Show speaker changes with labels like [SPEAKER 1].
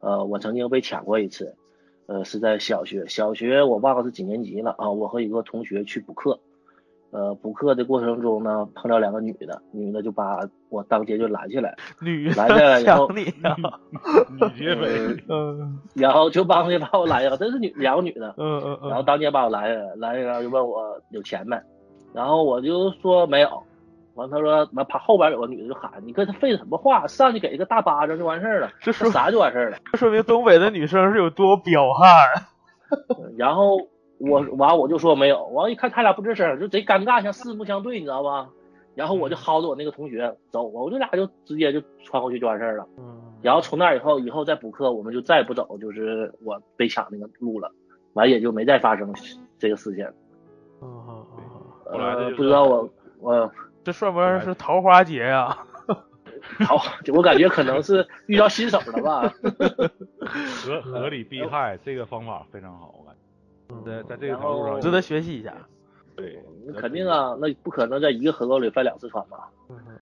[SPEAKER 1] 呃，我曾经被抢过一次，呃，是在小学，小学我忘了是几年级了啊。我和一个同学去补课，呃，补课的过程中呢，碰到两个女的，女的就把我当街就拦下来，
[SPEAKER 2] 女
[SPEAKER 1] 拦下来
[SPEAKER 2] 的
[SPEAKER 1] 以后呃
[SPEAKER 2] 抢你呀，
[SPEAKER 3] 你别呗，
[SPEAKER 2] 嗯
[SPEAKER 1] 然后就帮着把我拦下来，真是女两个女的，
[SPEAKER 2] 嗯嗯嗯，
[SPEAKER 1] 然后当街把我拦下来，拦下来然后就问我有钱没，然后我就说没有，完他说完旁后边有个女的就喊你跟他废什么话，上去给一个大巴掌就完事儿了，
[SPEAKER 2] 这
[SPEAKER 1] 这
[SPEAKER 2] 说
[SPEAKER 1] 啥就完事儿了。
[SPEAKER 2] 这说明东北的女生是有多彪悍。
[SPEAKER 1] 嗯然后我
[SPEAKER 3] 嗯
[SPEAKER 1] 完我就说没有，完一看他俩不吱声，就贼尴尬，像四目相对，你知道吧？然后
[SPEAKER 3] 嗯
[SPEAKER 1] 我就薅着我那个同学走，我这俩就直接就穿过去就完事儿了。然后从那以后，以后再补课，我们就再也不走，就是我被抢那个路了，完也就没再发生这个事情。
[SPEAKER 2] 嗯嗯嗯嗯
[SPEAKER 3] 后来这
[SPEAKER 1] 呃
[SPEAKER 3] 就，
[SPEAKER 1] 不知道 我呃我
[SPEAKER 2] 这算不算是桃花劫呀？
[SPEAKER 1] 好，我感觉可能是遇到新手了 吧。
[SPEAKER 3] 合合理避害这个方法非常好，我感觉在在这
[SPEAKER 1] 嗯
[SPEAKER 3] 个
[SPEAKER 1] 然
[SPEAKER 3] 条路
[SPEAKER 1] 后
[SPEAKER 3] 上
[SPEAKER 2] 值得学习一下。
[SPEAKER 3] 对，
[SPEAKER 1] 肯定啊，那不可能在一个河沟里翻两次船吧？